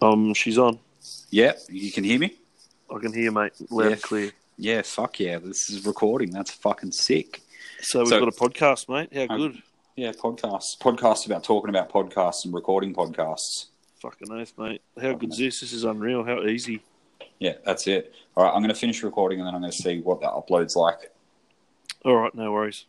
Um, she's on. Yeah, you can hear me? I can hear you, mate. Loud and Yeah. clear. Yeah, fuck yeah. This is recording. That's fucking sick. So we've So- got a podcast, mate. How Um, good? Yeah, podcasts. Podcasts about talking about podcasts and recording podcasts. Fucking oath, mate. How good's this? This is unreal. How easy. Yeah, that's it. All right, I'm going to finish recording and then I'm going to see what the upload's like. All right, no worries.